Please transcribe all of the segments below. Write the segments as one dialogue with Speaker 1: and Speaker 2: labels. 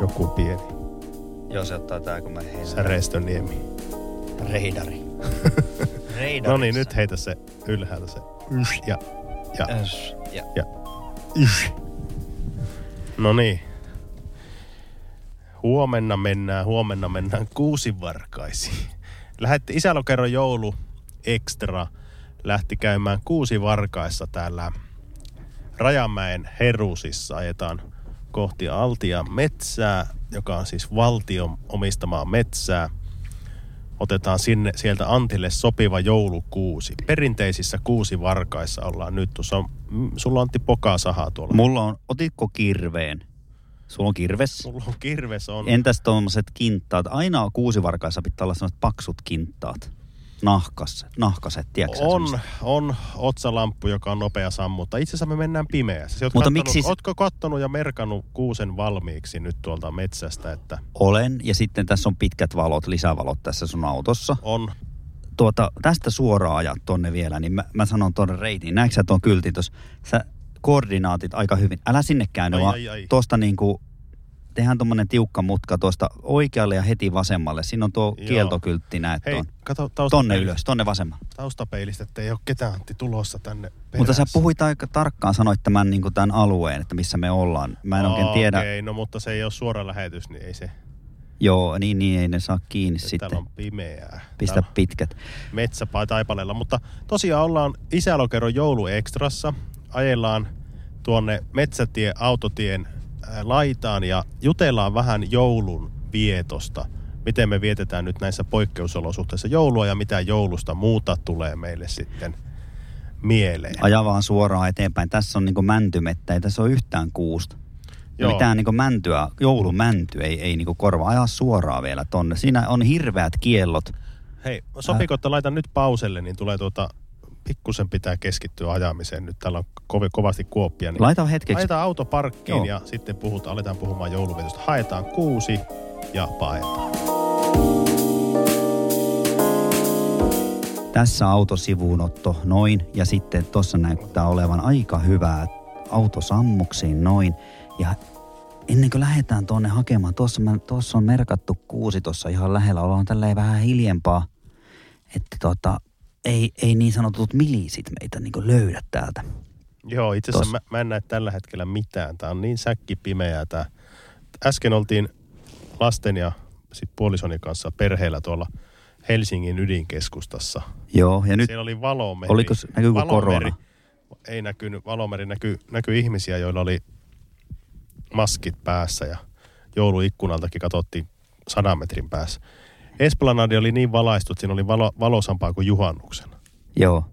Speaker 1: Joku pieni.
Speaker 2: Joo, se ottaa tää, kun mä heitän.
Speaker 1: Säreistöniemi.
Speaker 2: Reidari. Reidari.
Speaker 1: No niin, nyt heitä se ylhäältä se. Ysh ja, ja,
Speaker 2: Äs. Ja
Speaker 1: ja. Ysh. No niin. Huomenna mennään, huomenna mennään kuusivarkaisiin. Lähetti isälokerro joulu extra lähti käymään kuusivarkaissa täällä Rajamäen Herusissa. Ajetaan kohti Altia metsää, joka on siis valtion omistamaa metsää otetaan sinne, sieltä Antille sopiva joulukuusi. Perinteisissä kuusi varkaissa ollaan nyt. Tuossa on, mm, sulla on Antti pokaa sahaa tuolla.
Speaker 3: Mulla on, otitko kirveen? Sulla on kirves.
Speaker 1: Mulla on kirves on.
Speaker 3: Entäs tuommoiset kinttaat? Aina on kuusivarkaissa pitää olla sellaiset paksut kinttaat. Nahkas, nahkaset, tiedätkö sä
Speaker 1: on,
Speaker 3: semmoset?
Speaker 1: on otsalamppu, joka on nopea sammuttaa. Itse asiassa me mennään pimeässä. Sä oot
Speaker 3: Mutta
Speaker 1: kattonut-
Speaker 3: miksi se-
Speaker 1: Ootko kattonut ja merkannut kuusen valmiiksi nyt tuolta metsästä, että
Speaker 3: Olen, ja sitten tässä on pitkät valot, lisävalot tässä sun autossa.
Speaker 1: on
Speaker 3: Tuota, tästä suoraan ajat tonne vielä, niin mä, mä sanon tuonne reitiin. Näetkö sä tuon kyltin tuossa? Sä koordinaatit aika hyvin. Älä sinne käänny,
Speaker 1: Ai,
Speaker 3: vaan
Speaker 1: ai, ai.
Speaker 3: tuosta niinku, tehdään tommonen tiukka mutka tuosta oikealle ja heti vasemmalle. Siinä on tuo
Speaker 1: Joo.
Speaker 3: kieltokyltti, näet
Speaker 1: Hei,
Speaker 3: tuon.
Speaker 1: kato taustapeilistä,
Speaker 3: Tonne ylös, tonne vasemmalle.
Speaker 1: taustapeilistä ettei ole ketään Antti tulossa tänne
Speaker 3: Mutta sä
Speaker 1: perässä.
Speaker 3: puhuit aika tarkkaan, sanoit tämän, niin tämän alueen, että missä me ollaan. Mä en oikein tiedä.
Speaker 1: Okei, okay, no mutta se ei ole suora lähetys, niin ei se.
Speaker 3: Joo, niin, niin ei ne saa kiinni
Speaker 1: Täällä
Speaker 3: sitten.
Speaker 1: on pimeää.
Speaker 3: Pistä
Speaker 1: Täällä-
Speaker 3: pitkät.
Speaker 1: metsäpaa taipaleella. Mutta tosiaan ollaan Isälokeron jouluekstrassa. Ajellaan tuonne metsätie autotien ää, laitaan ja jutellaan vähän joulun vietosta. Miten me vietetään nyt näissä poikkeusolosuhteissa joulua ja mitä joulusta muuta tulee meille sitten mieleen.
Speaker 3: Aja vaan suoraan eteenpäin. Tässä on niinku mäntymettä, ei tässä ole yhtään kuusta.
Speaker 1: Joo.
Speaker 3: Joo. Mitään niinku mäntyä, joulumänty ei, ei niinku korvaa. Ajaa suoraan vielä tonne. Siinä on hirveät kiellot.
Speaker 1: Hei, sopiiko, että laitan nyt pauselle, niin tulee tuota, pikkusen pitää keskittyä ajamiseen. Nyt täällä on kovi, kovasti kuoppia. Niin
Speaker 3: Laita hetkeksi.
Speaker 1: Laitetaan auto parkkiin
Speaker 3: Joo.
Speaker 1: ja sitten puhutaan, aletaan puhumaan jouluvetosta. Haetaan kuusi ja paetaan.
Speaker 3: Tässä autosivuunotto noin ja sitten tuossa näyttää olevan aika hyvää autosammuksiin noin. Ja ennen kuin lähdetään tuonne hakemaan, tuossa, mä, tuossa on merkattu kuusi tuossa ihan lähellä, ollaan tälleen vähän hiljempaa, että tota, ei, ei niin sanotut milisit meitä niin löydä täältä.
Speaker 1: Joo, itse asiassa mä, mä en näe tällä hetkellä mitään. Tää on niin säkkipimeää tää. Äsken oltiin lasten ja sit puolisoni kanssa perheellä tuolla Helsingin ydinkeskustassa.
Speaker 3: Joo, ja nyt
Speaker 1: Siellä oli valomeri.
Speaker 3: Oliko se- näkyykö korona?
Speaker 1: Ei näkynyt. Valomeri näkyy, näkyy ihmisiä, joilla oli maskit päässä ja jouluikkunaltakin katsottiin sadan metrin päässä. Esplanadi oli niin valaistu, että siinä oli valo, valosampaa kuin juhannuksena.
Speaker 3: joo,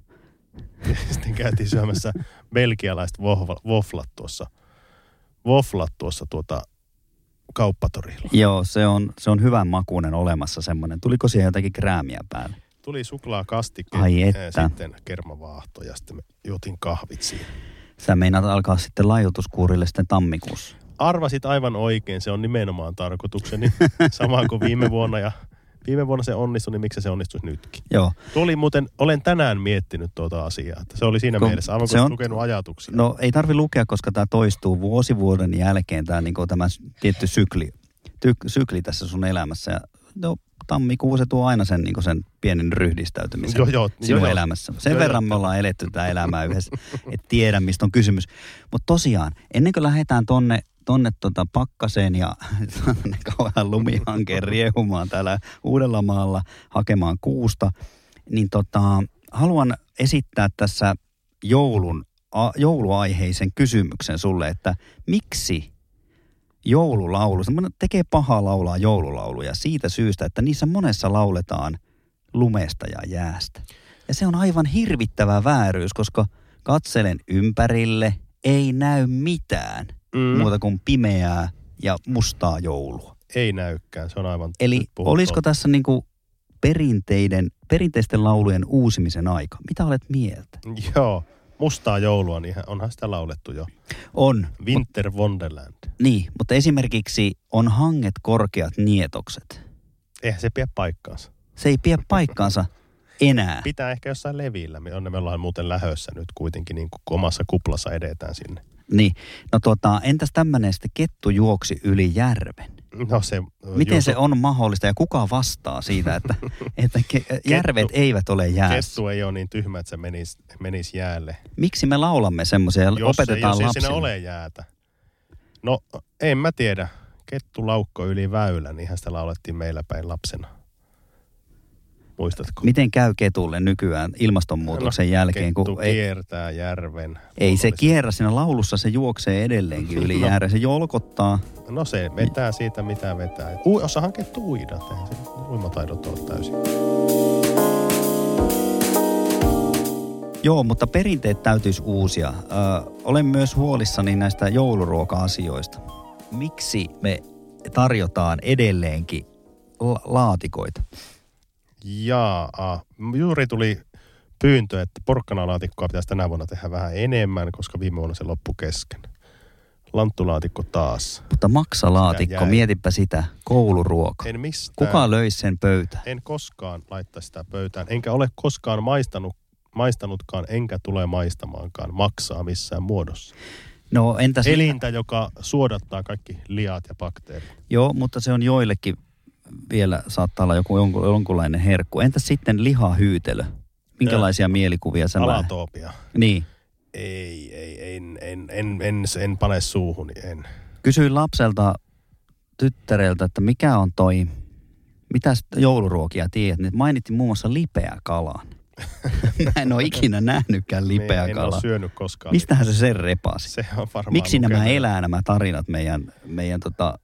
Speaker 1: Ja sitten käytiin syömässä belgialaiset vohva- voflat tuossa, voflat tuossa tuota kauppatorilla.
Speaker 3: joo se, on, se on hyvän makuinen olemassa semmoinen. Tuliko siihen jotakin kräämiä päälle?
Speaker 1: Tuli suklaakastike,
Speaker 3: Ai
Speaker 1: eh,
Speaker 3: että.
Speaker 1: sitten kermavaahto ja sitten me juotiin kahvit siihen.
Speaker 3: Sä meinaat alkaa sitten laiutuskuurille sitten tammikuussa.
Speaker 1: arvasit aivan oikein, se on nimenomaan tarkoitukseni. Sama kuin viime vuonna ja viime vuonna se onnistui, niin miksi se onnistuisi nytkin?
Speaker 3: Joo.
Speaker 1: Tuo oli muuten, olen tänään miettinyt tuota asiaa, että se oli siinä
Speaker 3: Kun-
Speaker 1: mielessä, aivan
Speaker 3: se
Speaker 1: kuin on...
Speaker 3: on-
Speaker 1: lukenut ajatuksia.
Speaker 3: No ei tarvi lukea, koska tämä toistuu vuosi vuoden jälkeen, tämä, niin tämä s- tietty sykli, ty, sykli tässä sun elämässä. Ja, no, tammikuu se tuo aina sen, niin sen pienen ryhdistäytymisen
Speaker 1: Joo, joo,
Speaker 3: sinun
Speaker 1: joo, joo.
Speaker 3: Niin elämässä. Sen
Speaker 1: Joo, joo.
Speaker 3: verran me ollaan eletty tätä elämää yhdessä, et tiedä mistä on kysymys. Mutta tosiaan, ennen kuin lähdetään tonne, tonne tota pakkaseen ja tonne kauhean lumihankeen riehumaan täällä Uudellamaalla hakemaan kuusta, niin tota, haluan esittää tässä joulun, a, jouluaiheisen kysymyksen sulle, että miksi joululaulu, semmoinen tekee pahaa laulaa joululauluja siitä syystä, että niissä monessa lauletaan lumesta ja jäästä. Ja se on aivan hirvittävä vääryys, koska Katselen ympärille, ei näy mitään mm. muuta kuin pimeää ja mustaa joulua.
Speaker 1: Ei näykään, se on aivan...
Speaker 3: Eli
Speaker 1: nyt puhuttu.
Speaker 3: olisiko tässä niinku perinteiden, perinteisten laulujen uusimisen aika? Mitä olet mieltä?
Speaker 1: Joo, mustaa joulua, niin onhan sitä laulettu jo.
Speaker 3: On,
Speaker 1: Winter Wonderland.
Speaker 3: niin, mutta esimerkiksi on hanget korkeat nietokset.
Speaker 1: Eihän se pidä paikkaansa.
Speaker 3: Se ei pidä paikkaansa enää.
Speaker 1: Pitää ehkä jossain levillä, me onne me ollaan muuten lähössä nyt kuitenkin, niin kuin omassa kuplassa edetään sinne.
Speaker 3: Niin, no tota, entäs tämmöinen sitten kettu juoksi yli järven?
Speaker 1: No se...
Speaker 3: Miten
Speaker 1: Juuso-
Speaker 3: se on mahdollista ja kuka vastaa siitä, että, että ke- järvet eivät ole jäässä?
Speaker 1: Kettu ei ole niin tyhmä, että se menisi, menis jäälle.
Speaker 3: Miksi me laulamme semmoisia ja
Speaker 1: Jos, ei,
Speaker 3: opetetaan
Speaker 1: jos ei siinä
Speaker 3: lapsille?
Speaker 1: ole jäätä. No, en mä tiedä. Kettu laukko yli väylän, niinhän sitä laulettiin meillä päin lapsena. Muistatko? No,
Speaker 3: Miten käy ketulle nykyään ilmastonmuutoksen jälkeen,
Speaker 1: kettu
Speaker 3: kun ei,
Speaker 1: kiertää järven.
Speaker 3: ei se
Speaker 1: Luonnollisesti.
Speaker 3: kierrä siinä laulussa, se juoksee edelleenkin yli
Speaker 1: No.
Speaker 3: järven, se jolkottaa.
Speaker 1: No se vetää siitä, mitä vetää. Ui, osahan kettu uida, eihän se uimataidot ole täysin.
Speaker 3: Joo, mutta perinteet täytyisi uusia. Ö, olen myös huolissani näistä jouluruoka-asioista. Miksi me tarjotaan edelleenkin la- laatikoita?
Speaker 1: Jaa, juuri tuli pyyntö, että porkkanalaatikkoa pitäisi tänä vuonna tehdä vähän enemmän, koska viime vuonna se loppui kesken. Lanttulaatikko taas.
Speaker 3: Mutta
Speaker 1: Sitä
Speaker 3: maksalaatikko,
Speaker 1: jäi.
Speaker 3: mietipä sitä, kouluruoka.
Speaker 1: En mistään.
Speaker 3: Kuka löisi sen pöytä?
Speaker 1: En koskaan laittaa sitä pöytään. Enkä ole koskaan maistanut, maistanutkaan, enkä tule maistamaankaan maksaa missään muodossa.
Speaker 3: No entäs...
Speaker 1: Elintä, joka suodattaa kaikki liat ja bakteerit.
Speaker 3: Joo, mutta se on joillekin vielä saattaa olla joku jonkun, jonkunlainen herkku. Entäs sitten lihahyytelö? Minkälaisia mielikuvia sä näet?
Speaker 1: Alatoopia.
Speaker 3: Niin.
Speaker 1: Ei, ei, en, en, en, en, en pane suuhun, en.
Speaker 3: Kysyin lapselta, tyttäreltä, että mikä on toi, mitä sit jouluruokia tiedät? Ne mainitti muun muassa lipeä kalan. Mä en ole ikinä nähnytkään lipeä
Speaker 1: Niin, En ole
Speaker 3: kalaa.
Speaker 1: syönyt koskaan.
Speaker 3: Mistähän se sen repasi?
Speaker 1: Se on varmaan
Speaker 3: Miksi nämä
Speaker 1: lukenut.
Speaker 3: elää nämä tarinat meidän, meidän tota,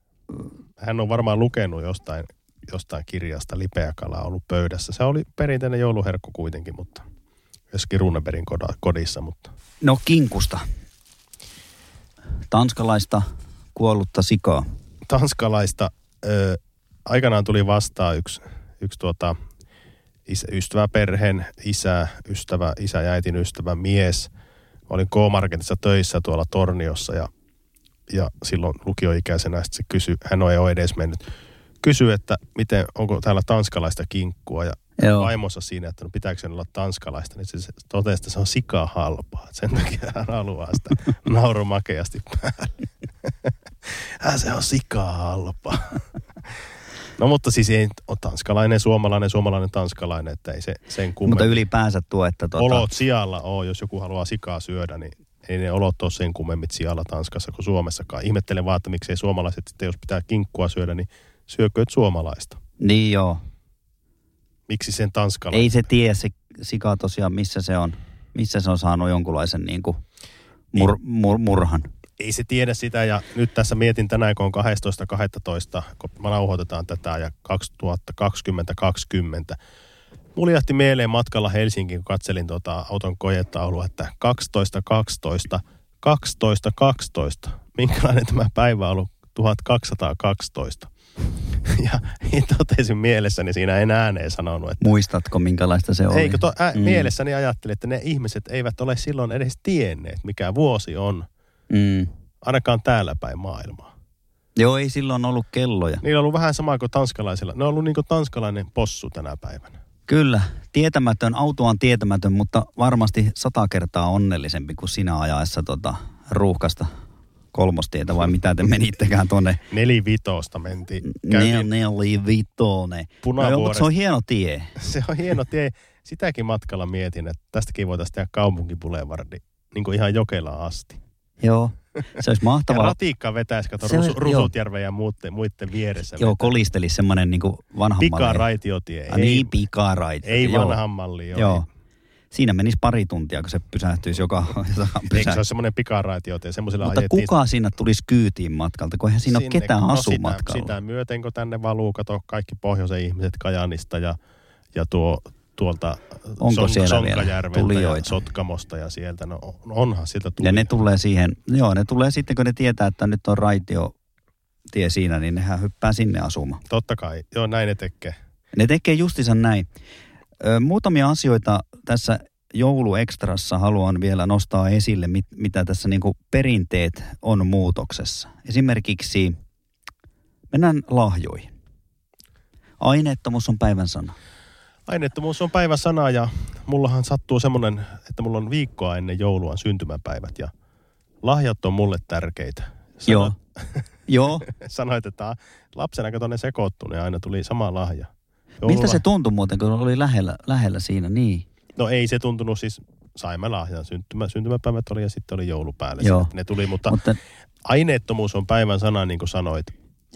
Speaker 1: Hän on varmaan lukenut jostain, jostain kirjasta lipeäkala on ollut pöydässä. Se oli perinteinen jouluherkku kuitenkin, mutta joskin Runeberin koda- kodissa, mutta
Speaker 3: no kinkusta. Tanskalaista kuollutta sikaa.
Speaker 1: tanskalaista ö, aikanaan tuli vastaan yksi, yksi tuota, isä, ystäväperheen isä, ystävä, isä ja äitin ystävä mies. Mä olin K-Marketissa töissä tuolla Torniossa ja, ja silloin lukioikäisenä sit se kysyi, hän ei ole edes mennyt, kysyi, että miten, onko täällä tanskalaista kinkkua ja
Speaker 3: Joo.
Speaker 1: vaimonsa siinä, että no pitääkö sen olla tanskalaista, niin se se totesi, että se on sika halpaa. Sen takia hän haluaa sitä naurumakeasti päälle. Hän se on sika halpaa. No mutta siis ei nyt ole tanskalainen, suomalainen, suomalainen, tanskalainen, että ei se sen kummen.
Speaker 3: Mutta ylipäänsä tuo, että tuota,
Speaker 1: Olot sijalla on, jos joku haluaa sikaa syödä, niin ei ne olot ole sen kummemmit sijalla Tanskassa kuin Suomessakaan. Ihmettelen vaan, että miksei suomalaiset sitten, jos pitää kinkkua syödä, niin syökö nyt suomalaista?
Speaker 3: niin joo.
Speaker 1: Miksi sen tanskalainen?
Speaker 3: Ei se tie se sika tosiaan, missä se on, missä se on saanut jonkunlaisen niin kuin
Speaker 1: Niin.
Speaker 3: mur, mur, murhan.
Speaker 1: ei se tiedä sitä ja nyt tässä mietin tänään, kun on 12.12., kun me nauhoitetaan tätä ja 2020-2020. Muljahti mieleen matkalla Helsinkiin, kun katselin tuota auton kojetaulua, että 12.12., 12.12. Minkälainen tämä päivä on ollut? 1212. Ja totesin mielessäni siinä en ääneen sanonut, että
Speaker 3: Muistatko, minkälaista se oli?
Speaker 1: Eikö to, ä, mielessäni ajattelin, että ne ihmiset eivät ole silloin edes tienneet, mikä vuosi on
Speaker 3: Mm.
Speaker 1: ainakaan täällä päin maailmaa.
Speaker 3: Joo, ei silloin ollut kelloja.
Speaker 1: Niillä on ollut vähän sama kuin tanskalaisilla. Ne on ollut niin kuin tanskalainen possu tänä päivänä.
Speaker 3: Kyllä, tietämätön, auto on tietämätön, mutta varmasti sata kertaa onnellisempi kuin sinä ajaessa tota, ruuhkasta kolmostietä vai mitä te menittekään tuonne.
Speaker 1: Nelivitosta mentiin.
Speaker 3: Ne,
Speaker 1: Käytiin.
Speaker 3: ne oli vitone. No, joo, mutta
Speaker 1: Punavuoresta.
Speaker 3: se on hieno tie.
Speaker 1: Se on hieno tie. Sitäkin matkalla mietin, että tästäkin voitaisiin tehdä kaupunkibulevardi niin kuin ihan Jokelaan asti.
Speaker 3: Joo, se olisi
Speaker 1: Ja
Speaker 3: mahtavaa.
Speaker 1: ratikka vetäisi, kato,
Speaker 3: Se
Speaker 1: Rus,
Speaker 3: on-
Speaker 1: Rusutjärven ja muiden, muiden vieressä.
Speaker 3: Joo,
Speaker 1: vetäisi.
Speaker 3: kolisteli semmoinen niin vanhan mallin.
Speaker 1: Pikaraitiotie.
Speaker 3: Ah, niin, pikaraita.
Speaker 1: ei vanhan malli. Joo.
Speaker 3: Joo. joo. Siinä menisi pari tuntia, kun se pysähtyisi joka
Speaker 1: Eikö se
Speaker 3: pysähtyisi.
Speaker 1: ole semmoinen pikaraitiotie? Semmoisella
Speaker 3: Mutta
Speaker 1: ajettiin
Speaker 3: kuka siinä tulisi kyytiin matkalta, kun eihän siinä ole
Speaker 1: sinne,
Speaker 3: ketään
Speaker 1: no
Speaker 3: asumatkalla.
Speaker 1: Sitä, sitä myöten, kun tänne valuu, kato kaikki pohjoisen ihmiset Kajanista ja, ja tuo tuolta
Speaker 3: Onko siellä vielä
Speaker 1: Sonkajärveltä ja
Speaker 3: tulijoita?
Speaker 1: Sotkamosta ja sieltä. No on- onhan sieltä
Speaker 3: Ja
Speaker 1: tullut.
Speaker 3: ne tulee siihen, joo ne tulee sitten kun ne tietää, että nyt on raitio tie siinä, niin nehän hyppää sinne asumaan.
Speaker 1: Totta kai, joo näin ne tekee.
Speaker 3: Ne tekee justiinsa näin. Ö, Muutamia asioita tässä jouluekstrassa haluan vielä nostaa esille, mit, mitä tässä niin perinteet on muutoksessa. Esimerkiksi mennään lahjoihin. Aineettomuus on päivän sana.
Speaker 1: Aineettomuus on päivä sana ja mullahan sattuu semmoinen, että mulla on viikkoa ennen joulua syntymäpäivät ja lahjat on mulle tärkeitä. Sanoit,
Speaker 3: Joo. Joo.
Speaker 1: Sanoit, että a, lapsena kato ne sekoittunut ja niin aina tuli sama lahja.
Speaker 3: Miltä se
Speaker 1: Joululah-
Speaker 3: tuntui muuten, kun oli lähellä, lähellä siinä? Niin.
Speaker 1: No ei se tuntunut siis, saimme lahjan, syntymä, syntymäpäivät oli ja sitten oli joulupäälle.
Speaker 3: Joo.
Speaker 1: Joo. Ne tuli, mutta,
Speaker 3: Mutta
Speaker 1: aineettomuus on päivän sana, niin kuin sanoit.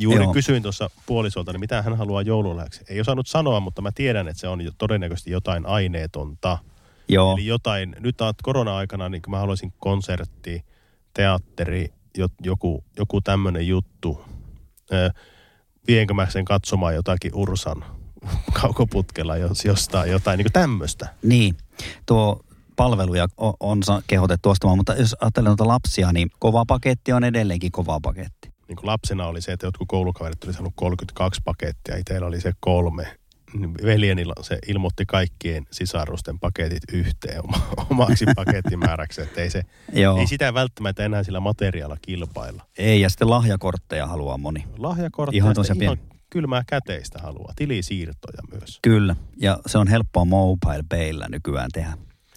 Speaker 1: Juuri
Speaker 3: Joo.
Speaker 1: Joo. kysyin tuossa puolisolta, niin mitä hän haluaa joululahjaksi. Ei osannut sanoa, mutta mä tiedän, että se on jo- todennäköisesti jotain aineetonta.
Speaker 3: joo.
Speaker 1: Eli jotain, nyt olet korona-aikana, niin mä haluaisin konsertti, teatteri, jo- joku, joku tämmöinen juttu. Ö, vienkö mä sen katsomaan jotakin Ursan kaukoputkella jos, jostain jotain, niin kuin tämmöistä.
Speaker 3: Niin, tuo palveluja o- on sa- kehotettu ostamaan, mutta jos ajattelee noita lapsia, niin kova paketti on edelleenkin kova paketti.
Speaker 1: niin kuin lapsena oli se, että jotkut koulukaverit oli saanut 32 pakettia, itsellä oli se kolme. Niin Veljeni la- se ilmoitti kaikkien sisarusten paketit yhteen oma, omaksi pakettimääräksi, että ei, se,
Speaker 3: Joo,
Speaker 1: ei sitä välttämättä enää sillä materiaalilla kilpailla.
Speaker 3: ei, ja sitten lahjakortteja haluaa moni.
Speaker 1: Lahjakortteja,
Speaker 3: Ihan
Speaker 1: ihan,
Speaker 3: tosiaan
Speaker 1: ihan kylmää käteistä haluaa, tilisiirtoja myös.
Speaker 3: Kyllä, ja se on helppoa mobile payllä nykyään tehdä.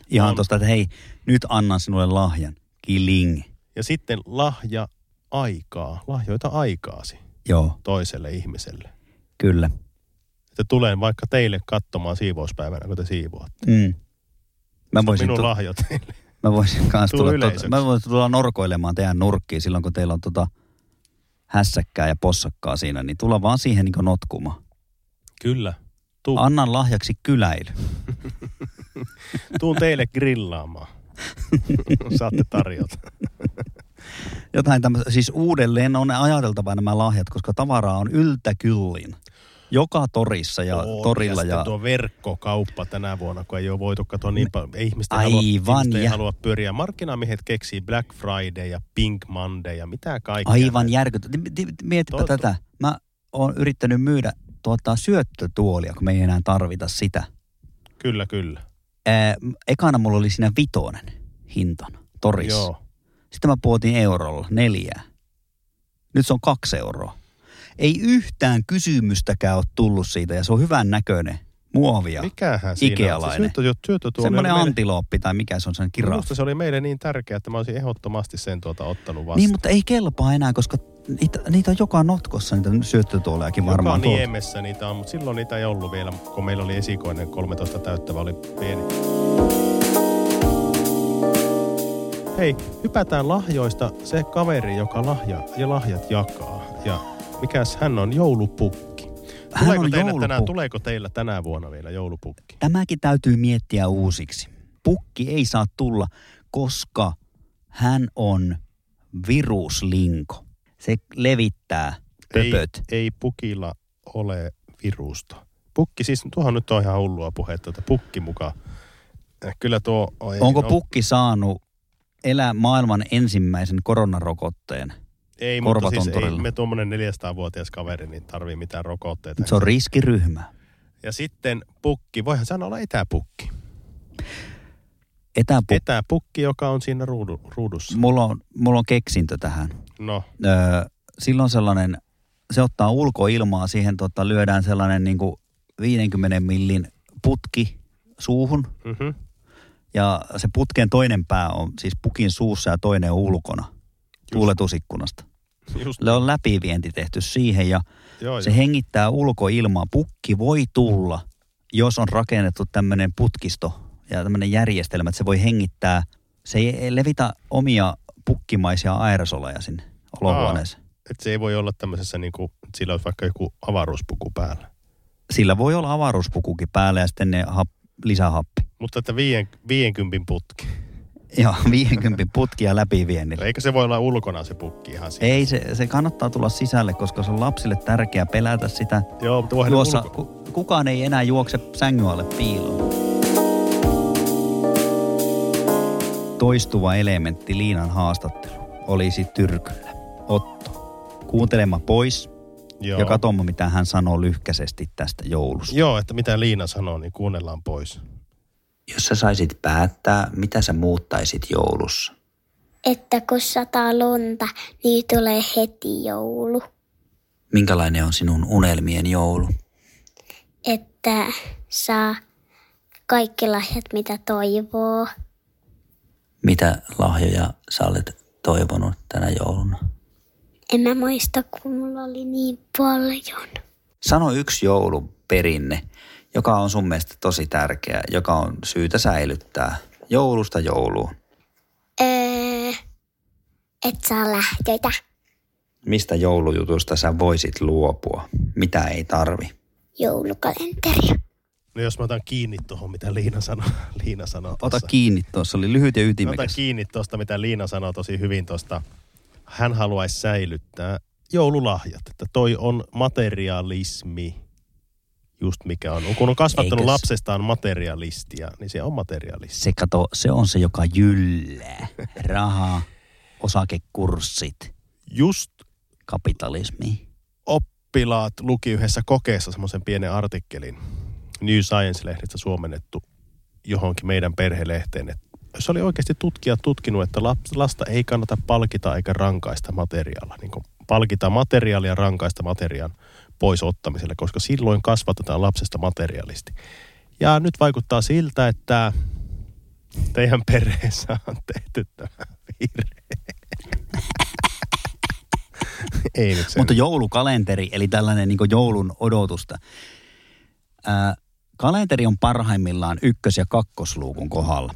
Speaker 3: Ihan
Speaker 1: On.
Speaker 3: tuosta, että hei, nyt annan sinulle lahjan. Kiling.
Speaker 1: Ja sitten lahja aikaa, lahjoita aikaasi
Speaker 3: Joo,
Speaker 1: toiselle ihmiselle.
Speaker 3: kyllä.
Speaker 1: Että tulen vaikka teille katsomaan siivouspäivänä, kun te siivoatte.
Speaker 3: Mm. Mä voisin,
Speaker 1: Minun
Speaker 3: tu-
Speaker 1: lahjo teille.
Speaker 3: mä voisin kanssa
Speaker 1: Tuu
Speaker 3: tulla, tuota,
Speaker 1: yleisöksi.
Speaker 3: mä voisin tulla norkoilemaan teidän nurkkiin silloin, kun teillä on tota hässäkkää ja possakkaa siinä, niin tulla vaan siihen niin notkumaan.
Speaker 1: Kyllä. Tuu.
Speaker 3: Annan lahjaksi kyläily.
Speaker 1: Tuun teille grillaamaan. Saatte tarjota.
Speaker 3: Jotain tämmöistä, siis uudelleen on ajateltava nämä lahjat, koska tavaraa on yltäkyllin. Joka torissa ja
Speaker 1: On,
Speaker 3: torilla
Speaker 1: ja...
Speaker 3: ja...
Speaker 1: sitten tuo verkkokauppa tänä vuonna, kun ei ole voitu katsoa niin paljon. Ei ihmistä
Speaker 3: Mm. Aivan,
Speaker 1: halua, ihmiset ei
Speaker 3: ja-
Speaker 1: halua pyöriä. Markkinamiehet keksii Black Friday ja Pink Monday ja mitä kaikkea.
Speaker 3: Aivan järkyttävä. Mietipä
Speaker 1: Totta.
Speaker 3: tätä. Mä oon yrittänyt myydä tuota syöttötuolia, kun me ei enää tarvita sitä.
Speaker 1: Kyllä, kyllä.
Speaker 3: Ää, ekana mulla oli siinä vitonen hintana torissa. Joo.
Speaker 1: Joo.
Speaker 3: Sitten mä puotin eurolla neljää. Nyt se on kaksi euroa. Ei yhtään kysymystäkään ole tullut siitä ja se on hyvän näköinen. Muovia.
Speaker 1: Mikähän siinä
Speaker 3: Ikealainen.
Speaker 1: on? Se syöttö- syöttötuoli oli
Speaker 3: Semmoinen
Speaker 1: meille-
Speaker 3: antilooppi tai mikä se on, sen kiraffi.
Speaker 1: Minusta se oli meille niin tärkeää, että mä olisin ehdottomasti sen tuota ottanut vastaan.
Speaker 3: Niin, mutta ei kelpaa enää, koska niitä, niitä on joka notkossa niitä syöttötuolejakin
Speaker 1: Joka niin,
Speaker 3: varmaan tuolla.
Speaker 1: niemessä niitä on, mutta silloin niitä ei ollut vielä, kun meillä oli esikoinen 13 täyttävä, oli pieni. Hei, hypätään lahjoista se kaveri, joka lahja ja lahjat jakaa. Ja mikäs hän on joulupukki.
Speaker 3: Hän
Speaker 1: tuleeko,
Speaker 3: on
Speaker 1: teillä Tänään,
Speaker 3: joulupukki.
Speaker 1: tuleeko teillä tänä vuonna vielä joulupukki?
Speaker 3: Tämäkin täytyy miettiä uusiksi. Pukki ei saa tulla, koska hän on viruslinko. Se levittää pöpöt.
Speaker 1: Ei, ei pukilla ole virusta. Pukki, siis tuohan nyt on ihan hullua puhetta, että pukki mukaan. Kyllä tuo... Ei,
Speaker 3: Onko
Speaker 1: no-
Speaker 3: pukki saanut elää maailman ensimmäisen koronarokotteen?
Speaker 1: Ei, mutta siis ei
Speaker 3: Korvatontorilla.
Speaker 1: me tuommoinen 400-vuotias kaveri, niin tarvii mitään rokotteita.
Speaker 3: Se on riskiryhmä.
Speaker 1: Ja sitten pukki, voihan sanoa olla etäpukki.
Speaker 3: Etäpukki.
Speaker 1: Etäpukki, joka on siinä ruudu, ruudussa.
Speaker 3: Mulla on, mulla on keksintö tähän.
Speaker 1: No,
Speaker 3: öö, silloin sellainen, se ottaa ulkoilmaa, siihen tota, lyödään sellainen niin kuin 50 millin putki suuhun.
Speaker 1: mhm.
Speaker 3: Ja se putken toinen pää on siis pukin suussa ja toinen on ulkona tuuletusikkunasta.
Speaker 1: just
Speaker 3: Sillä on läpivienti tehty siihen ja
Speaker 1: joo,
Speaker 3: se
Speaker 1: joo.
Speaker 3: hengittää ulkoilmaa. Pukki voi tulla, jos on rakennettu tämmöinen putkisto ja tämmöinen järjestelmä, että se voi hengittää. Se ei levitä omia pukkimaisia aerosoleja sinne olohuoneeseen.
Speaker 1: Et se ei voi olla tämmöisessä niinku, että sillä olisi vaikka joku avaruuspuku päällä.
Speaker 3: sillä voi olla avaruuspukukin päällä ja sitten ne hap, lisähappi.
Speaker 1: Mutta että viien, 50 putki.
Speaker 3: Joo, 50 putkia läpi viennillä.
Speaker 1: Eikä se voi olla ulkona se pukki ihan siinä.
Speaker 3: Ei, se, se kannattaa tulla sisälle, koska se on lapsille tärkeää pelätä sitä.
Speaker 1: Joo, mutta voihan ne
Speaker 3: Tuossa
Speaker 1: ulko-
Speaker 3: ku, kukaan ei enää juokse sängyn alle piiloon. Toistuva elementti Liinan haastattelu olisi tyrkyllä. Otto. Kuuntelema pois
Speaker 1: Joo.
Speaker 3: ja katsomme, mitä hän sanoo lyhkäisesti tästä joulusta.
Speaker 1: Joo, että mitä Liina sanoo, niin kuunnellaan pois.
Speaker 4: Jos sä saisit päättää, mitä sä muuttaisit joulussa?
Speaker 5: Että kun sataa lunta, niin tulee heti joulu.
Speaker 4: Minkälainen on sinun unelmien joulu?
Speaker 5: Että saa kaikki lahjat, mitä toivoo.
Speaker 4: Mitä lahjoja sä olet toivonut tänä jouluna?
Speaker 5: En mä muista, kun mulla oli niin paljon.
Speaker 4: Sano yksi joulun perinne, joka on sun mielestä tosi tärkeä, joka on syytä säilyttää joulusta jouluun.
Speaker 5: Öö, et saa lähtöitä.
Speaker 4: Mistä joulujutusta sä voisit luopua? Mitä ei tarvi?
Speaker 5: Joulukalenteri.
Speaker 1: No jos mä otan kiinni tuohon, mitä Liina sanoo. Liina sanoo
Speaker 3: Ota
Speaker 1: tossa.
Speaker 3: kiinni tuossa, oli lyhyt ja
Speaker 1: Mä otan
Speaker 3: ytimekäs.
Speaker 1: kiinni tuosta, mitä Liina sanoo tosi hyvin tuosta. Hän haluaisi säilyttää joululahjat. Että toi on materialismi, just mikä on. Kun on kasvattanut
Speaker 4: Eikös?
Speaker 1: Eikös? lapsestaan materialistia, niin se on materialisti.
Speaker 3: Se kato, se on se, joka jyllää. Raha, osakekurssit,
Speaker 1: Just
Speaker 3: kapitalismi.
Speaker 1: oppilaat luki yhdessä kokeessa semmoisen pienen artikkelin New Science-lehdestä suomennettu johonkin meidän perhelehteen. Et se oli oikeasti tutkija tutkinut, että laps- lasta ei kannata palkita eikä rankaista materiaalilla. Niin kuin palkita materiaalia ja rankaista materiaan pois ottamiselle, koska silloin kasvatetaan lapsesta materiaalisti. Ja nyt vaikuttaa siltä, että teidän perheessä on tehty tämä virhe. ei nyt sen
Speaker 3: Mutta joulukalenteri, eli tällainen niin joulun odotusta. Ää, kalenteri on parhaimmillaan ykkös- ja kakkosluukun kohdalla.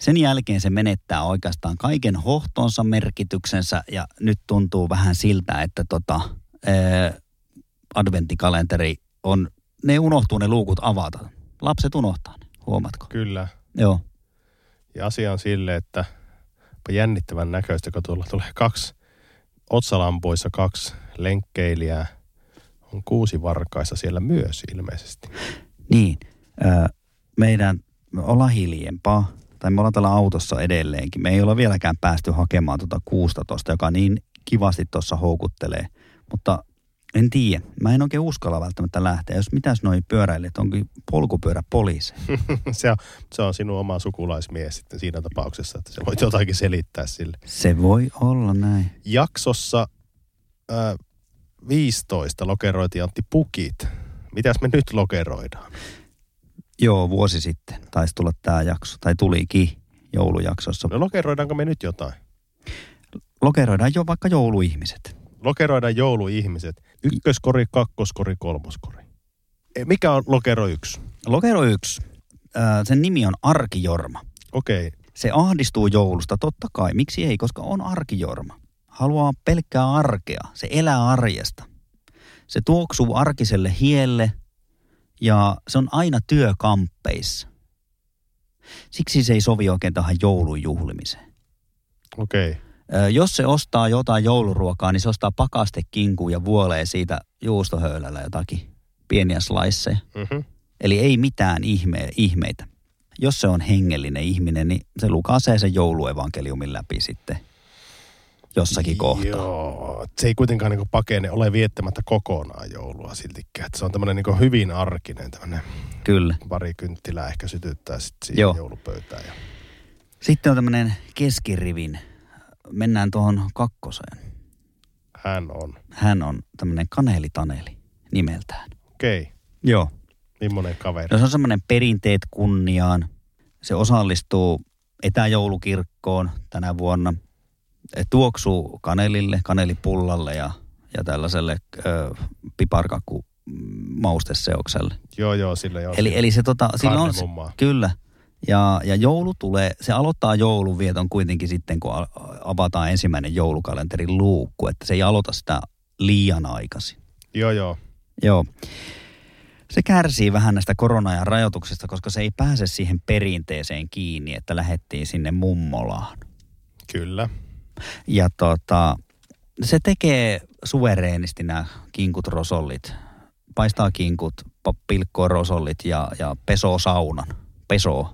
Speaker 3: Sen jälkeen se menettää oikeastaan kaiken hohtonsa merkityksensä ja nyt tuntuu vähän siltä, että tota, ää, adventtikalenteri on, ne unohtuu ne luukut avata. Lapset unohtaa ne, huomaatko?
Speaker 1: Kyllä.
Speaker 3: Joo.
Speaker 1: Ja asia on sille, että onpa jännittävän näköistä, kun tuolla tulee kaksi otsalampuissa kaksi lenkkeilijää. On kuusi varkaissa siellä myös ilmeisesti.
Speaker 3: Niin, ö, meidän, me ollaan hiljempaa, tai me ollaan täällä autossa edelleenkin. Me ei olla vieläkään päästy hakemaan tuota 16, joka niin kivasti tuossa houkuttelee. Mutta en tiedä, mä en oikein uskalla välttämättä lähteä. Jos mitäs noi pyöräilijät, onkin polkupyörä poliisi.
Speaker 1: se, on, se on sinun oma sukulaismies sitten siinä tapauksessa, että se voit jotakin selittää sille.
Speaker 3: Se voi olla näin.
Speaker 1: Jaksossa ää, 15 lokeroitiin Antti Pukit. Mitäs me nyt lokeroidaan?
Speaker 3: Joo, vuosi sitten taisi tulla tämä jakso, tai tulikin joulujaksossa.
Speaker 1: No lokeroidaanko me nyt jotain?
Speaker 3: Lokeroidaan jo vaikka jouluihmiset.
Speaker 1: Lokeroidaan jouluihmiset. Ykköskori, kakkoskori, kolmoskori. E, Mikä on lokero yksi?
Speaker 3: Lokero 1, sen nimi on Arkijorma.
Speaker 1: Okei,
Speaker 3: Se ahdistuu joulusta, totta kai. Miksi ei, koska on arkijorma. Haluaa pelkkää arkea. Se elää arjesta. Se tuoksuu arkiselle hielle ja se on aina työkamppeissa. Siksi se ei sovi oikein tähän joulun juhlimiseen.
Speaker 1: okei.
Speaker 3: Ö, Jos se ostaa jotain jouluruokaa, niin se ostaa pakastekinkuu ja vuolee siitä juustohöylällä jotakin pieniä slaisseja.
Speaker 1: Mm-hmm.
Speaker 3: Eli ei mitään ihme, ihmeitä. Jos se on hengellinen ihminen, niin se lukasee sen jouluevankeliumin läpi sitten jossakin kohtaa.
Speaker 1: Joo, et se ei kuitenkaan niin pakene ole viettämättä kokonaan joulua siltikään. Et se on tämmöinen niin hyvin arkinen tämmöinen
Speaker 3: Kyllä.
Speaker 1: pari kynttilää ehkä sytyttää sit siihen
Speaker 3: Joo.
Speaker 1: Joo. joulupöytään. Ja...
Speaker 3: Sitten on tämmöinen keskirivin. Mennään tuohon kakkoseen.
Speaker 1: Hän on.
Speaker 3: Hän on tämmöinen kanelitaneli nimeltään.
Speaker 1: Okei, okay.
Speaker 3: Joo.
Speaker 1: millainen kaveri?
Speaker 3: No se on semmoinen perinteet kunniaan. Se osallistuu etäjoulukirkkoon tänä vuonna. E, Tuoksuu kanelille, kanelipullalle ja, ja tällaiselle ö, piparkakku mausteseokselle.
Speaker 1: Joo, joo, sillä joo.
Speaker 3: Eli, eli se tota, sillä on, se-
Speaker 1: Karnevummaa.
Speaker 3: kyllä. Ja, ja joulu tulee, se aloittaa joulunvieton kuitenkin sitten, kun a- avataan ensimmäinen joulukalenterin luukku, että se ei aloita sitä liian aikaisin.
Speaker 1: Joo, joo.
Speaker 3: Joo. se kärsii vähän näistä koronajan rajoituksista, koska se ei pääse siihen perinteeseen kiinni, että lähettiin sinne mummolaan.
Speaker 1: Kyllä.
Speaker 3: Ja tota, se tekee suvereenisti nämä kinkut rosollit. Paistaa kinkut, pa- pilkkoo rosollit ja, ja pesoo saunan. Pesoo.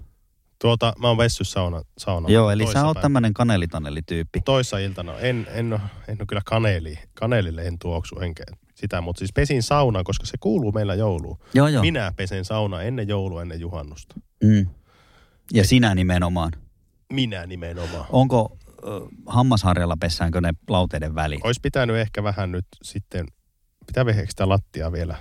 Speaker 1: Tuota, mä oon vessyt sauna, sauna
Speaker 3: Joo, eli sä oot
Speaker 1: toissapäivänä.
Speaker 3: tämmönen kanelitanelityyppi.
Speaker 1: Toissa iltana, no, en, en, oo- en ole kyllä kaneli, kanelille en tuoksu enkä sitä, mutta siis pesin saunaa, koska se kuuluu meillä jouluun.
Speaker 3: Joo, joo.
Speaker 1: Minä pesen saunaa ennen joulua, ennen juhannusta.
Speaker 3: Mm. Ja sinä nimenomaan.
Speaker 1: Minä nimenomaan.
Speaker 3: Onko ö, hammasharjalla pessäänkö ne lauteiden väliin?
Speaker 1: Olisi pitänyt ehkä vähän nyt sitten, pitää ehkä sitä lattia vielä.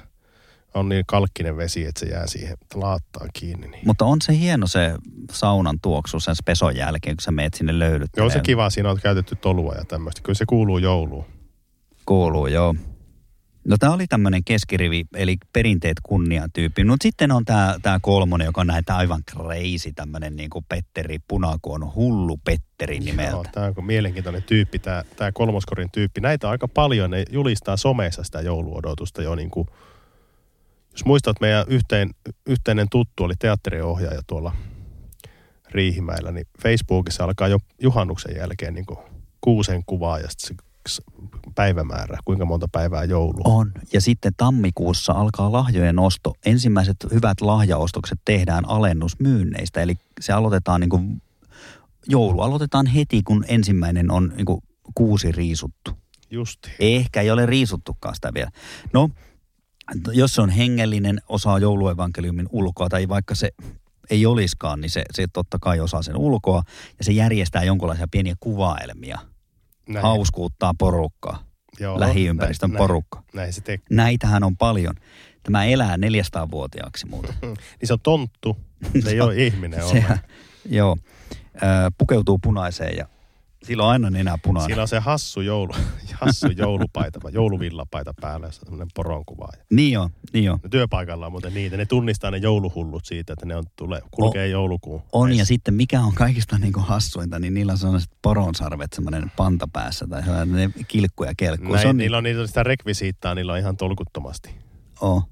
Speaker 1: On niin kalkkinen vesi, että se jää siihen laattaan kiinni. Niin.
Speaker 3: Mutta on se hieno se saunan tuoksu sen peson jälkeen, kun sä meet sinne
Speaker 1: Joo, se
Speaker 3: löylyttelemään.
Speaker 1: kiva, siinä on käytetty tolua ja tämmöistä. Kyllä se kuuluu jouluun.
Speaker 3: Kuuluu, joo. No tämä oli tämmöinen keskirivi, eli perinteet kunnia tyyppi. No sitten on tämä tää kolmonen, joka on näitä aivan crazy tämmöinen niinku Petteri Punakuono, hullu Petteri
Speaker 1: Joo,
Speaker 3: nimeltä.
Speaker 1: tämä on mielenkiintoinen tyyppi, tämä, tämä kolmoskorin tyyppi. Näitä on aika paljon, ne julistaa someissa sitä jouluodotusta jo niin kuin, jos muistat, meidän yhteen, yhteinen tuttu oli teatteriohjaaja tuolla Riihimäellä, niin Facebookissa alkaa jo juhannuksen jälkeen niin kuin kuusen kuvaa ja sitten se s- päivämäärä, kuinka monta päivää joulua.
Speaker 3: On. Ja sitten tammikuussa alkaa lahjojen osto. Ensimmäiset hyvät lahjaostokset tehdään alennusmyynneistä, eli se aloitetaan niinku, joulu aloitetaan heti, kun ensimmäinen on niinku kuusi riisuttu.
Speaker 1: Just.
Speaker 3: Ehkä ei ole riisuttukaan sitä vielä. No, t- jos se on hengellinen, osaa jouluevankeliumin ulkoa, tai vaikka se ei olisikaan, niin se, se totta kai osaa sen ulkoa, ja se järjestää jonkinlaisia pieniä kuvaelmia,
Speaker 1: Näin.
Speaker 3: hauskuuttaa porukkaa,
Speaker 1: Joo,
Speaker 3: lähiympäristön
Speaker 1: näin-
Speaker 3: porukkaa.
Speaker 1: Näin, näin se tekee.
Speaker 3: Näitähän on paljon. Tämä elää 400-vuotiaaksi muuten.
Speaker 1: Niin se on tonttu, se ei ole ihminen
Speaker 3: Se,
Speaker 1: ollenkaan.
Speaker 3: joo, ö, pukeutuu punaiseen ja sillä on aina nenä punainen.
Speaker 1: Siinä on se hassu, joulu, hassu joulupaita, vai jouluvillapaita päällä, jossa on semmoinen poronkuvaaja.
Speaker 3: Niin on, niin on.
Speaker 1: No, työpaikalla on muuten niitä. Ne tunnistaa ne jouluhullut siitä, että ne on, tule, kulkee joulukuun.
Speaker 3: On ja sitten mikä on kaikista niin kuin hassuinta, niin niillä on sellaiset poronsarvet semmoinen panta päässä tai sellainen kilkku ja kelkku.
Speaker 1: Näin,
Speaker 3: se on, niin-
Speaker 1: niillä on niitä sitä rekvisiittaa, niillä on ihan tolkuttomasti.
Speaker 3: Oh.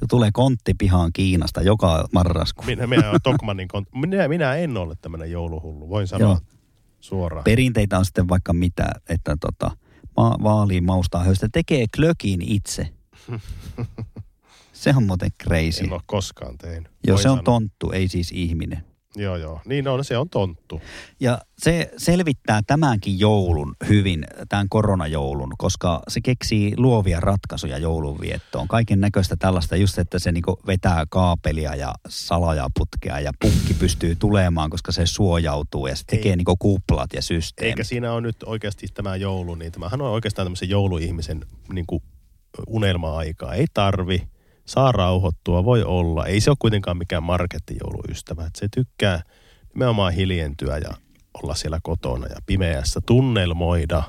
Speaker 3: Se tulee kontti pihaan Kiinasta joka marraskuun.
Speaker 1: Minä, minä, olen Tokmanin kont- minä, minä en ole tämmöinen jouluhullu, voin sanoa
Speaker 3: Joo.
Speaker 1: suoraan.
Speaker 3: Perinteitä on sitten vaikka mitä, että tota, ma- vaaliin maustaa höystä. Tekee klökin itse. se on muuten crazy.
Speaker 1: en ole koskaan tehnyt.
Speaker 3: Joo,
Speaker 1: Voin
Speaker 3: se on
Speaker 1: sanoa.
Speaker 3: tonttu, ei siis ihminen.
Speaker 1: Joo, joo. Niin on, se on tonttu.
Speaker 3: Ja se selvittää tämänkin joulun hyvin, tämän koronajoulun, koska se keksii luovia ratkaisuja joulunviettoon. Kaiken näköistä tällaista, just että se niinku vetää kaapelia ja salajaputkea ja pukki pystyy tulemaan, koska se suojautuu ja se tekee niinku kuplat ja systeemit.
Speaker 1: Eikä siinä ole nyt oikeasti tämä joulu, niin tämähän on oikeastaan tämmöisen jouluihmisen niin kuin unelma-aikaa. Ei tarvi, saa rauhoittua, voi olla. Ei se ole kuitenkaan mikään markettijouluystävä. Et se tykkää nimenomaan hiljentyä ja olla siellä kotona ja pimeässä, tunnelmoida.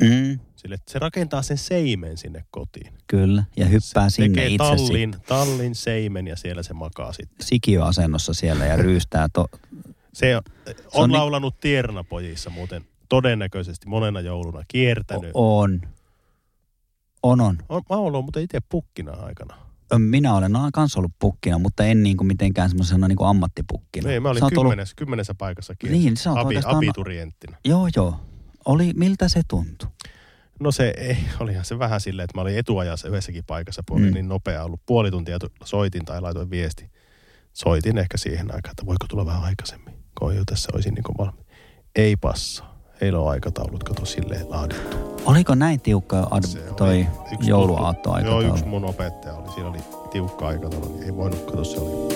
Speaker 3: Mm,
Speaker 1: Sille, että se rakentaa sen seimen sinne kotiin.
Speaker 3: kyllä, ja hyppää sinne
Speaker 1: Tekee
Speaker 3: itse si-
Speaker 1: tallin, tallin seimen ja siellä se makaa sitten.
Speaker 3: sikioasennossa siellä ja ryystää. To-
Speaker 1: Se on,
Speaker 3: on
Speaker 1: on
Speaker 3: ni-
Speaker 1: laulanut tiernapojissa muuten todennäköisesti monena jouluna kiertänyt.
Speaker 3: on. On, on.
Speaker 1: On, mä oon ollut muuten itse pukkina aikana.
Speaker 3: Minä olen kanssa ollut pukkina, mutta en niin kuin mitenkään semmoisena niin kuin ammattipukkina.
Speaker 1: No, ei, mä olin
Speaker 3: Sä oot ollut-
Speaker 1: kymmenes, kymmenessä paikassa kiinni.
Speaker 3: Niin, sä oot
Speaker 1: Abi,
Speaker 3: oikeastaan-
Speaker 1: abiturienttina.
Speaker 3: Joo, joo. Oli, miltä se tuntui?
Speaker 1: No se ei, olihan se vähän silleen, että mä olin etuajassa yhdessäkin paikassa, kun olin
Speaker 3: Mm.
Speaker 1: niin nopea ollut. Puoli tuntia tu- soitin tai laitoin viesti. Soitin ehkä siihen aikaan, että voiko tulla vähän aikaisemmin, kun jo tässä olisin niin valmi. Ei passaa. Heillä on aikataulut, kato silleen laadittu.
Speaker 3: Oliko näin tiukka ad,
Speaker 1: Se oli
Speaker 3: toi
Speaker 1: yksi
Speaker 3: jouluaatto
Speaker 1: mun-
Speaker 3: aika?
Speaker 1: Joo, yksi mun opettaja oli. Siinä oli tiukka aikataulu, niin ei voinut, kato se oli.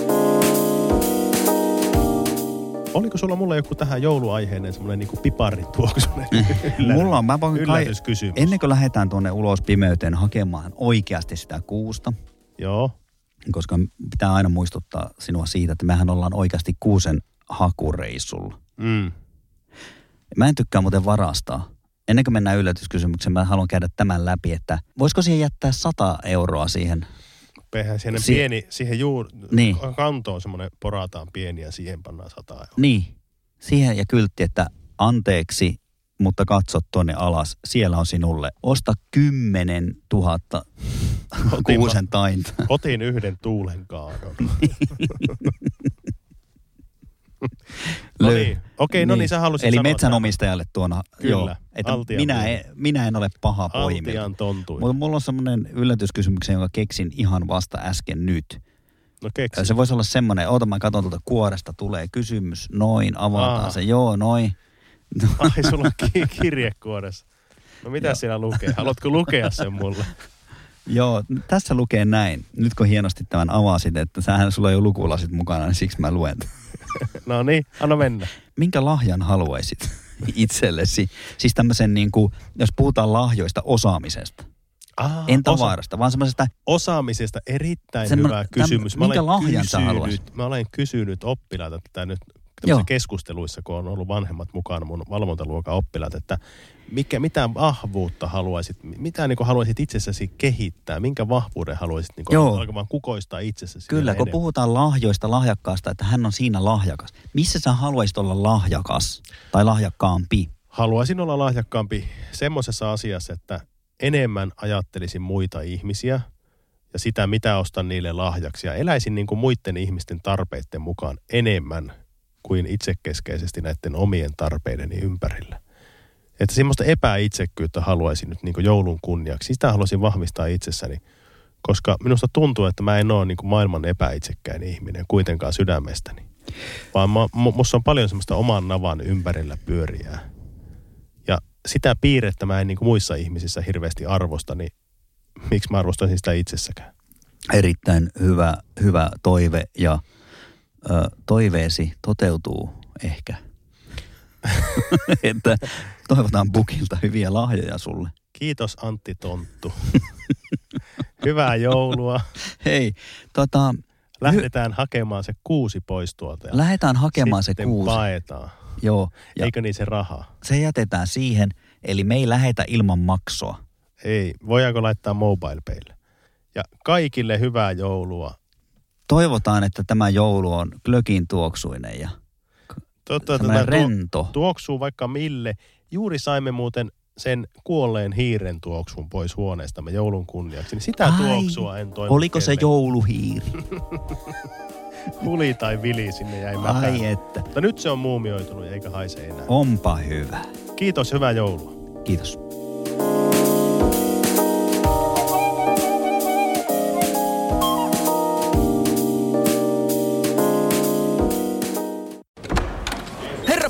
Speaker 1: Oliko sulla mulla joku tähän jouluaiheinen semmoinen niinku piparin tuoksunen yllä-
Speaker 3: Mm. Mulla on, mä voin kai,
Speaker 1: yllätyskysymys?
Speaker 3: ennen kuin lähdetään tuonne ulos pimeyteen hakemaan oikeasti sitä kuusta,
Speaker 1: Joo,
Speaker 3: koska pitää aina muistuttaa sinua siitä, että mehän ollaan oikeasti kuusen hakureissulla.
Speaker 1: mm.
Speaker 3: Mä en tykkää muuten varastaa. Ennen kuin mennään yllätyskysymykseen, mä haluan käydä tämän läpi, että voisiko siihen jättää 100 euroa siihen?
Speaker 1: Eihän siihen
Speaker 3: Si-
Speaker 1: pieni, siihen juur,
Speaker 3: Niin.
Speaker 1: kantoon semmoinen porataan pieni ja siihen pannaan sata euroa.
Speaker 3: Niin, siihen ja kyltti, että anteeksi, mutta katso tonne alas, siellä on sinulle. Osta 10 000
Speaker 1: Otin mä-
Speaker 3: kuusen tainta.
Speaker 1: Otin yhden tuulen kaadon. No
Speaker 3: Löy.
Speaker 1: niin. Okei, no niin, sä halusit
Speaker 3: Eli
Speaker 1: sanoa
Speaker 3: metsänomistajalle tuona,
Speaker 1: Kyllä,
Speaker 3: joo, että
Speaker 1: Altian
Speaker 3: minä
Speaker 1: puolella.
Speaker 3: en, minä en ole paha
Speaker 1: tämän.
Speaker 3: poimilta.
Speaker 1: Altian tontui.
Speaker 3: Mutta mulla on semmoinen yllätyskysymyksen, jonka keksin ihan vasta äsken nyt.
Speaker 1: No keksi.
Speaker 3: Se voisi olla semmoinen, oota mä katson tuolta kuoresta, tulee kysymys, noin, avataan
Speaker 1: Aha.
Speaker 3: se, joo, noin.
Speaker 1: Ai, sulla on ki- kirjekuoressa. No mitä
Speaker 3: Joo.
Speaker 1: siellä lukee? Haluatko lukea sen mulle?
Speaker 3: Joo, tässä lukee näin. Nyt kun hienosti tämän avasit, että sähän sulla ei ole lukulasit mukana, niin siksi mä luen.
Speaker 1: No niin, anna mennä.
Speaker 3: Minkä lahjan haluaisit itsellesi? Siis tämmöisen niin kuin, jos puhutaan lahjoista osaamisesta.
Speaker 1: Ah,
Speaker 3: En tavarasta, vaan semmoisesta
Speaker 1: osaamisesta erittäin
Speaker 3: Semmo-
Speaker 1: hyvä
Speaker 3: täm-
Speaker 1: kysymys. Mä
Speaker 3: minkä
Speaker 1: olen
Speaker 3: lahjan sä haluaisit?
Speaker 1: kysynyt, mä olen kysynyt oppilaita tätä nyt tämmöisissä
Speaker 3: Joo.
Speaker 1: keskusteluissa, kun on ollut vanhemmat mukana mun valvontaluokan oppilaat, että mikä, mitä vahvuutta haluaisit, mitä niin haluaisit itsessäsi kehittää, minkä vahvuuden haluaisit niin
Speaker 3: Joo.
Speaker 1: alkamaan kukoistaa itsessäsi
Speaker 3: Kyllä,
Speaker 1: vielä
Speaker 3: kun
Speaker 1: enemmän?
Speaker 3: puhutaan lahjoista, lahjakkaasta, että hän on siinä lahjakas. Missä sä haluaisit olla lahjakas tai lahjakkaampi?
Speaker 1: Haluaisin olla lahjakkaampi semmoisessa asiassa, että enemmän ajattelisin muita ihmisiä ja sitä, mitä ostan niille lahjaksi. Ja eläisin niin kuin muiden ihmisten tarpeiden mukaan enemmän kuin itsekeskeisesti näiden omien tarpeideni ympärillä. Että semmoista epäitsekkyyttä haluaisin nyt niin kuin joulun kunniaksi. Sitä haluaisin vahvistaa itsessäni, koska minusta tuntuu, että mä en ole niin kuin maailman epäitsekkäin ihminen kuitenkaan sydämestäni. Vaan mä, mu- musta on paljon semmoista oman navan ympärillä pyöriää. Ja sitä piirrettä mä en niin kuin muissa ihmisissä hirveästi arvosta, niin miksi mä arvostaisin sitä itsessäkään?
Speaker 3: Erittäin hyvä, hyvä toive ja ö, toiveesi toteutuu ehkä. että toivotaan Bukilta hyviä lahjoja sulle.
Speaker 1: Kiitos Antti Tonttu. Hyvää joulua.
Speaker 3: Hei, tota,
Speaker 1: Lähdetään hakemaan se kuusi pois tuolta. Ja
Speaker 3: lähdetään hakemaan
Speaker 1: sitten
Speaker 3: se kuusi.
Speaker 1: paetaan.
Speaker 3: Joo, ja
Speaker 1: Eikö niin se raha?
Speaker 3: se jätetään siihen, eli me ei lähetä ilman maksua.
Speaker 1: Ei. Voidaanko laittaa mobile peille? Ja kaikille hyvää joulua.
Speaker 3: Toivotaan, että tämä joulu on klökin tuoksuinen ja
Speaker 1: Totta,
Speaker 3: semmoinen
Speaker 1: tuo-
Speaker 3: rento.
Speaker 1: tuoksuu vaikka mille. Juuri saimme muuten sen kuolleen hiiren tuoksun pois huoneestamme joulun kunniaksi. Niin sitä
Speaker 3: Ai,
Speaker 1: tuoksua en toimi
Speaker 3: Oliko se jouluhiiri?
Speaker 1: Huli tai vili sinne jäi mätään.
Speaker 3: Ai että.
Speaker 1: Mutta nyt se on muumioitunut eikä haise enää.
Speaker 3: Onpa hyvä.
Speaker 1: Kiitos, hyvää joulua.
Speaker 3: Kiitos.
Speaker 6: Herra